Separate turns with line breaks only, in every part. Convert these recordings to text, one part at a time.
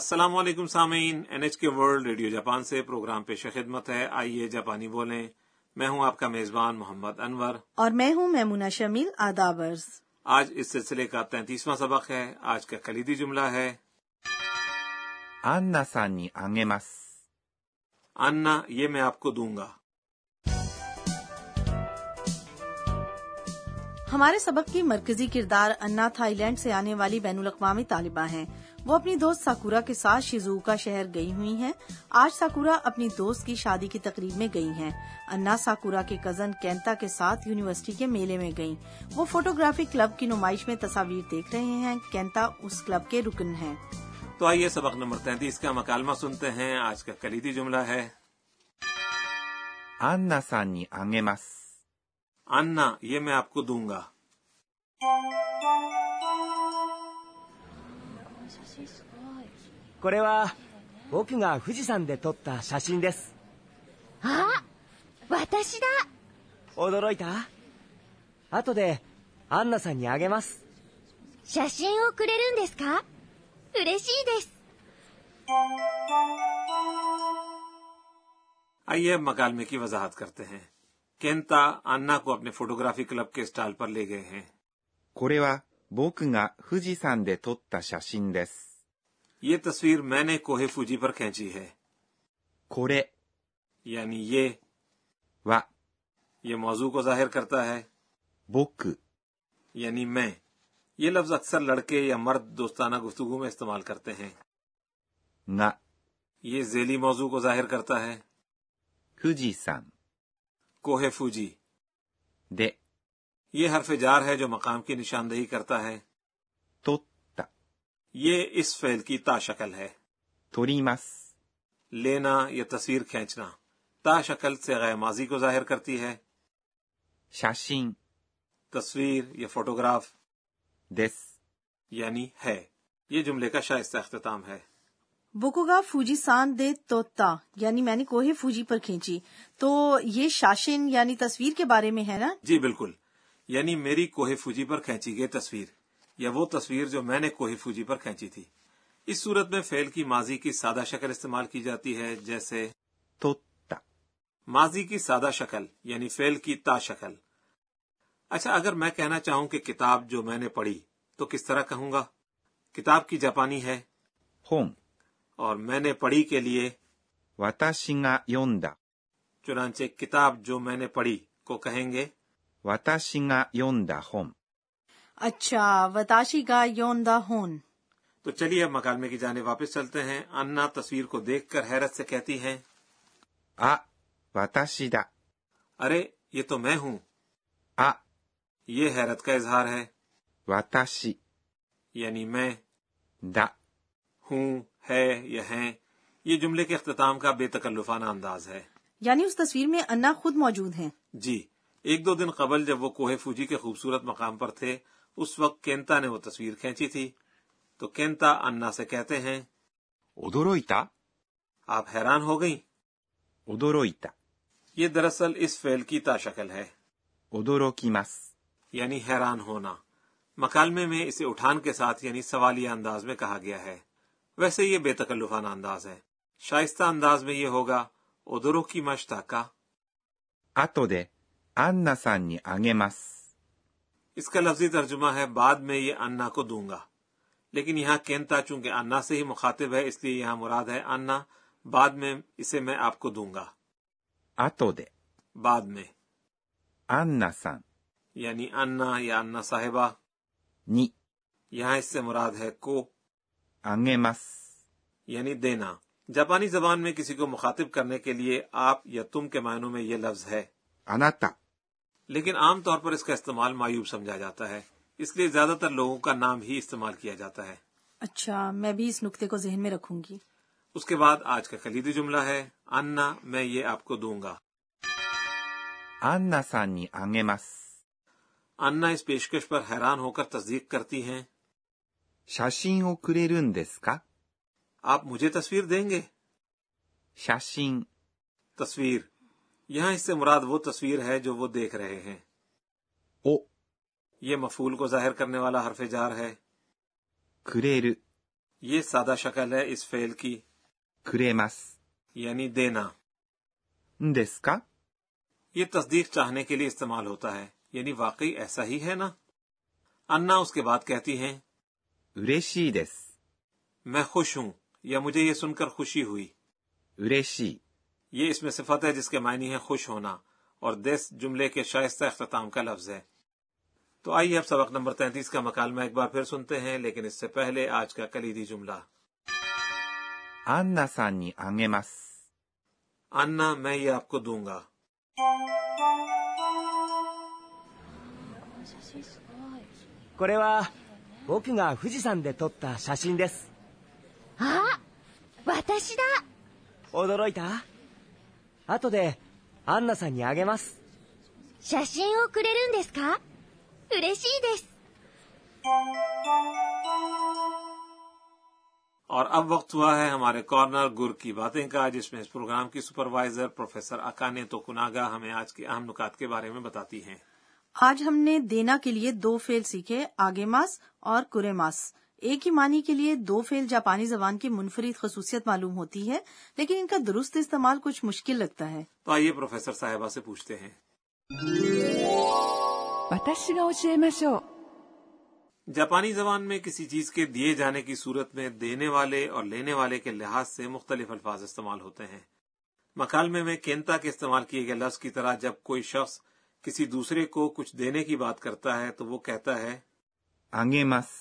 السلام علیکم سامعین N H K world radio Japan سے پروگرام پیش خدمت ہے آئیے جاپانی بولیں میں ہوں آپ کا میزبان محمد انور
اور میں ہوں میمونہ شمیل آدابرز
آج اس سلسلے کا تینتیسواں سبق ہے آج کا کلیدی جملہ ہے
アンナさんにあげます。
آنا یہ میں آپ کو دوں گا
ہمارے سبق کی مرکزی کردار انا تھائی لینڈ سے آنے والی بین الاقوامی طالبہ ہیں وہ اپنی دوست ساکورا کے ساتھ شیزوکا شہر گئی ہوئی ہیں آج ساکورا اپنی دوست کی شادی کی تقریب میں گئی ہیں انا ساکورا کے کزن کینتا کے ساتھ یونیورسٹی کے میلے میں گئیں وہ فوٹوگرافی کلب کی نمائش میں تصاویر دیکھ رہے ہیں کینتا اس کلب کے رکن ہیں
تو آئیے سبق نمبر تینتیس کا مکالمہ سنتے ہیں آج کا کلیدی جملہ ہے
アンナさんにあげます。
آنا یہ میں آپ کو دوں گا
これは僕が富士山で撮った写真です
あ私だ
驚いた後でアンナさんにあげます
写真をくれるんですか嬉しいです。
آئیے اب مکالمے کی وضاحت کرتے ہیں کینتا آنا کو اپنے فوٹوگرافی کلب کے اسٹال پر لے گئے ہیں
これは僕が富士山で撮った写真です。
یہ تصویر میں نے کوہ فوجی پر کھینچی ہے
これ
یعنی یہ
は
یہ موضوع کو ظاہر کرتا ہے
僕
یعنی میں یہ لفظ اکثر لڑکے یا مرد دوستانہ گفتگو میں استعمال کرتے ہیں
が
یہ ذیلی موضوع کو ظاہر کرتا ہے
富士山
کوہ فوجی
で
یہ حرف جار ہے جو مقام کی نشاندہی کرتا ہے
撮った、
یہ اس فعل کی تا شکل ہے
撮ります。
لینا یا تصویر کھینچنا تا شکل سے غیر ماضی کو ظاہر کرتی ہے
写真
تصویر یا فوٹوگراف
です。
یعنی ہے یہ جملے کا شائستہ اختتام ہے
بوکوگا فوجی سان دے توتا یعنی میں نے کوہ فوجی پر کھینچی تو یہ شاشن یعنی تصویر کے بارے میں ہے نا
جی بالکل یعنی میری کوہ فوجی پر کھینچی گئی تصویر یا وہ تصویر جو میں نے کوہ فوجی پر کھینچی تھی اس صورت میں فعل کی ماضی کی سادہ شکل استعمال کی جاتی ہے جیسے
撮った、
ماضی کی سادہ شکل یعنی فعل کی تا شکل اچھا اگر میں کہنا چاہوں کہ کتاب جو میں نے پڑھی تو کس طرح کہوں گا کتاب کی جاپانی ہے
本、
اور میں نے پڑھی کے لیے
私が読んだ、
چنانچہ کتاب جو میں نے پڑھی کو کہیں گے
私が読んだ本。
اچھا وتاشی گا یون دا ہون
تو چلیے اب مکالمے کی جانب واپس چلتے ہیں انا تصویر کو دیکھ کر حیرت سے کہتی ہیں
あ、私だ、
ارے یہ تو میں ہوں
あ、
یہ حیرت کا اظہار ہے
私
یعنی میں
だ、
ہوں ہے یا ہیں یہ جملے کے اختتام کا بے تکلفانہ انداز ہے
یعنی اس تصویر میں انا خود موجود ہیں
جی ایک دو دن قبل جب وہ کوہ فوجی کے خوبصورت مقام پر تھے اس وقت کینتا نے وہ تصویر کھینچی تھی تو کینتا انا سے کہتے ہیں
驚いた
آپ حیران ہو گئیں
驚いた、
یہ دراصل اس فعل کی تا شکل ہے
驚きます。
یعنی حیران ہونا مکالمے میں اسے اٹھان کے ساتھ یعنی سوالیہ انداز میں کہا گیا ہے ویسے یہ بے تکلفانہ انداز ہے شائستہ انداز میں یہ ہوگا ادرو کی مشتا کا
後で、アンナさんにあげます。
اس کا لفظی ترجمہ ہے بعد میں یہ انا کو دوں گا لیکن یہاں کینتا چونکہ انا سے ہی مخاطب ہے اس لیے یہاں مراد ہے انا بعد میں اسے میں آپ کو دوں گا
後で、
بعد میں
アンナさん
یعنی انا یا انا صاحبہ
に
یہاں اس سے مراد ہے کو
あげます。
یعنی دینا جاپانی زبان میں کسی کو مخاطب کرنے کے لیے آپ یا تم کے معنوں میں یہ لفظ ہے
あなた、
لیکن عام طور پر اس کا استعمال معیوب سمجھا جاتا ہے اس لیے زیادہ تر لوگوں کا نام ہی استعمال کیا جاتا ہے
اچھا میں بھی اس نقطے کو ذہن میں رکھوں گی
اس کے بعد آج کا کلیدی جملہ ہے انا میں یہ آپ کو دوں گا
アンナさんにあげます。
انا اس پیشکش پر حیران ہو کر تصدیق کرتی ہیں
写真をくれるんですか
آپ مجھے تصویر دیں گے
写真、
تصویر یہاں اس سے مراد وہ تصویر ہے جو وہ دیکھ رہے ہیں
を、
یہ مفول کو ظاہر کرنے والا حرف جار ہے
くれる、
یہ سادہ شکل ہے اس فعل کی
くれます。
یعنی دینا
んですか
یہ تصدیق چاہنے کے لیے استعمال ہوتا ہے یعنی واقعی ایسا ہی ہے نا انا اس کے بعد کہتی ہیں
嬉しいです。
میں خوش ہوں یا مجھے یہ سن کر خوشی ہوئی
嬉しい。
یہ اس میں صفت ہے جس کے معنی ہے خوش ہونا اور دس جملے کے شائستہ اختتام کا لفظ ہے تو آئیے اب سبق نمبر تینتیس کا مکالمہ ایک بار پھر سنتے ہیں لیکن اس سے پہلے آج کا کلیدی جملہ
アンナさんにあげます。
انا میں یہ آپ کو دوں گا
これは僕が富士山で撮った写真です
あ私だ
驚いた後でアンナさんにあげます
写真をくれるんですか嬉しいです。
اور اب وقت ہوا ہے ہمارے کارنر گر کی باتیں کا جس میں اس پروگرام کی سپروائزر پروفیسر اکانے تو کناگا ہمیں آج کے اہم نکات کے بارے میں بتاتی ہیں
آج ہم نے دینا کے لیے دو فیل سیکھے آگے ماس اور کرے ماس ایک ہی معنی کے لیے دو فیل جاپانی زبان کی منفرد خصوصیت معلوم ہوتی ہے لیکن ان کا درست استعمال کچھ مشکل لگتا ہے
تو آئیے پروفیسر صاحبہ سے پوچھتے ہیں
私が教えましょう
جاپانی زبان میں کسی چیز کے دیے جانے کی صورت میں دینے والے اور لینے والے کے لحاظ سے مختلف الفاظ استعمال ہوتے ہیں مکالمے میں کینتا کے استعمال کیے گئے لفظ کی طرح جب کوئی شخص کسی دوسرے کو کچھ دینے کی بات کرتا ہے تو وہ کہتا ہے
あげます。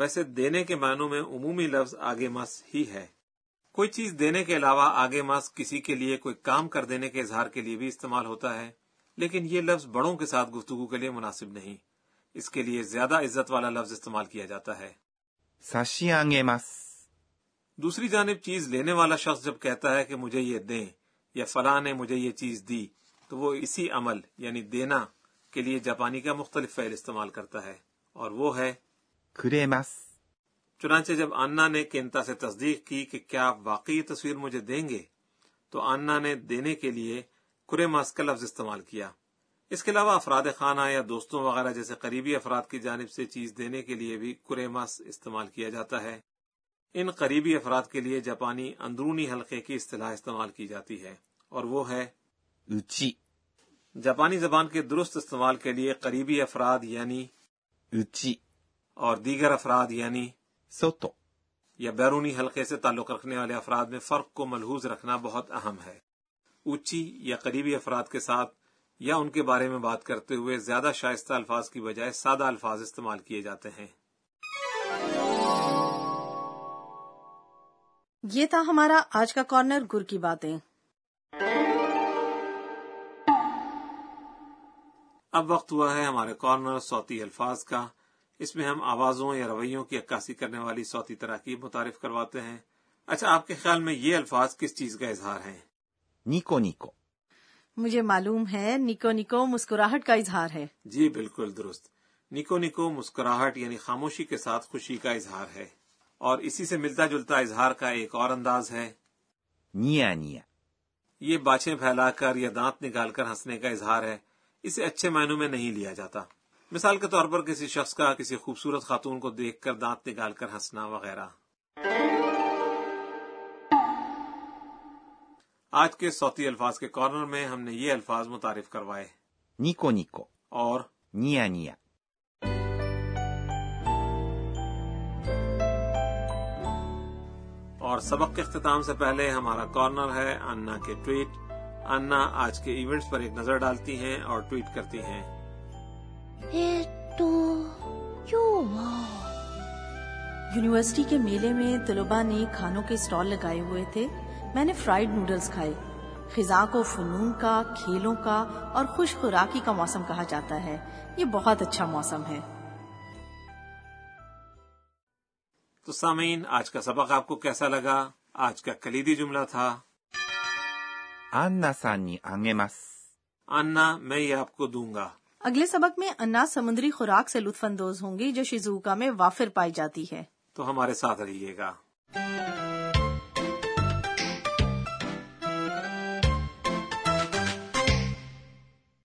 ویسے دینے کے معنوں میں عمومی لفظ آگے مس ہی ہے کوئی چیز دینے کے علاوہ آگے مس کسی کے لیے کوئی کام کر دینے کے اظہار کے لیے بھی استعمال ہوتا ہے لیکن یہ لفظ بڑوں کے ساتھ گفتگو کے لیے مناسب نہیں اس کے لیے زیادہ عزت والا لفظ استعمال کیا جاتا ہے
差し上げます。
دوسری جانب چیز لینے والا شخص جب کہتا ہے کہ مجھے یہ دیں یا فلاں نے مجھے یہ چیز دی تو وہ اسی عمل یعنی دینا کے لیے جاپانی کا مختلف فعل استعمال کرتا ہے اور وہ ہے
くれます。
چنانچہ جب آنا نے کینتا سے تصدیق کی کہ کیا آپ واقعی تصویر مجھے دیں گے تو آنا نے دینے کے لیے کرے ماس کا لفظ استعمال کیا اس کے علاوہ افراد خانہ یا دوستوں وغیرہ جیسے قریبی افراد کی جانب سے چیز دینے کے لیے بھی کرے ماس استعمال کیا جاتا ہے ان قریبی افراد کے لیے جاپانی اندرونی حلقے کی اصطلاح استعمال کی جاتی ہے اور وہ ہے
うち、
جاپانی زبان کے درست استعمال کے لیے قریبی افراد یعنی
うち、
اور دیگر افراد یعنی
外、
یا بیرونی حلقے سے تعلق رکھنے والے افراد میں فرق کو ملحوظ رکھنا بہت اہم ہے اونچی یا قریبی افراد کے ساتھ یا ان کے بارے میں بات کرتے ہوئے زیادہ شائستہ الفاظ کی بجائے سادہ الفاظ استعمال کیے جاتے ہیں
یہ تھا ہمارا آج کا کارنر گر کی باتیں
اب وقت ہوا ہے ہمارے کارنر صوتی الفاظ کا اس میں ہم آوازوں یا رویوں کی عکاسی کرنے والی صوتی تراکیب متعارف کرواتے ہیں اچھا آپ کے خیال میں یہ الفاظ کس چیز کا اظہار ہیں
ニコニコ、
مجھے معلوم ہے نکو نکو مسکراہٹ کا اظہار ہے
جی بالکل درست نکو نکو مسکراہٹ یعنی خاموشی کے ساتھ خوشی کا اظہار ہے اور اسی سے ملتا جلتا اظہار کا ایک اور انداز ہے
ニヤニヤ、
یہ باچھیں پھیلا کر یا دانت نکال کر ہنسنے کا اظہار ہے اسے اچھے معنوں میں نہیں لیا جاتا مثال کے طور پر کسی شخص کا کسی خوبصورت خاتون کو دیکھ کر دانت نکال کر ہنسنا وغیرہ آج کے صوتی الفاظ کے کارنر میں ہم نے یہ الفاظ متعارف کروائے
ニコニコ、
اور
ニヤニヤ、
اور سبق کے اختتام سے پہلے ہمارا کارنر ہے انا کے ٹویٹ انا آج کے ایونٹس پر ایک نظر ڈالتی ہیں اور ٹویٹ کرتی ہیں
えーっと、今日は、
یونیورسٹی کے میلے میں طلباء نے کھانوں کے اسٹال لگائے ہوئے تھے میں نے فرائیڈ نوڈلز کھائے خزاں کو فنون کا کھیلوں کا اور خوش خوراکی کا موسم کہا جاتا ہے یہ بہت اچھا موسم ہے
تو سامعین آج کا سبق آپ کو کیسا لگا آج کا کلیدی جملہ تھا
アンナさんにあげます。
انا میں یہ آپ کو دوں گا
اگلے سبق میں انا سمندری خوراک سے لطف اندوز ہوں گی جو شیزوکا میں وافر پائی جاتی ہے
تو ہمارے ساتھ رہیے گا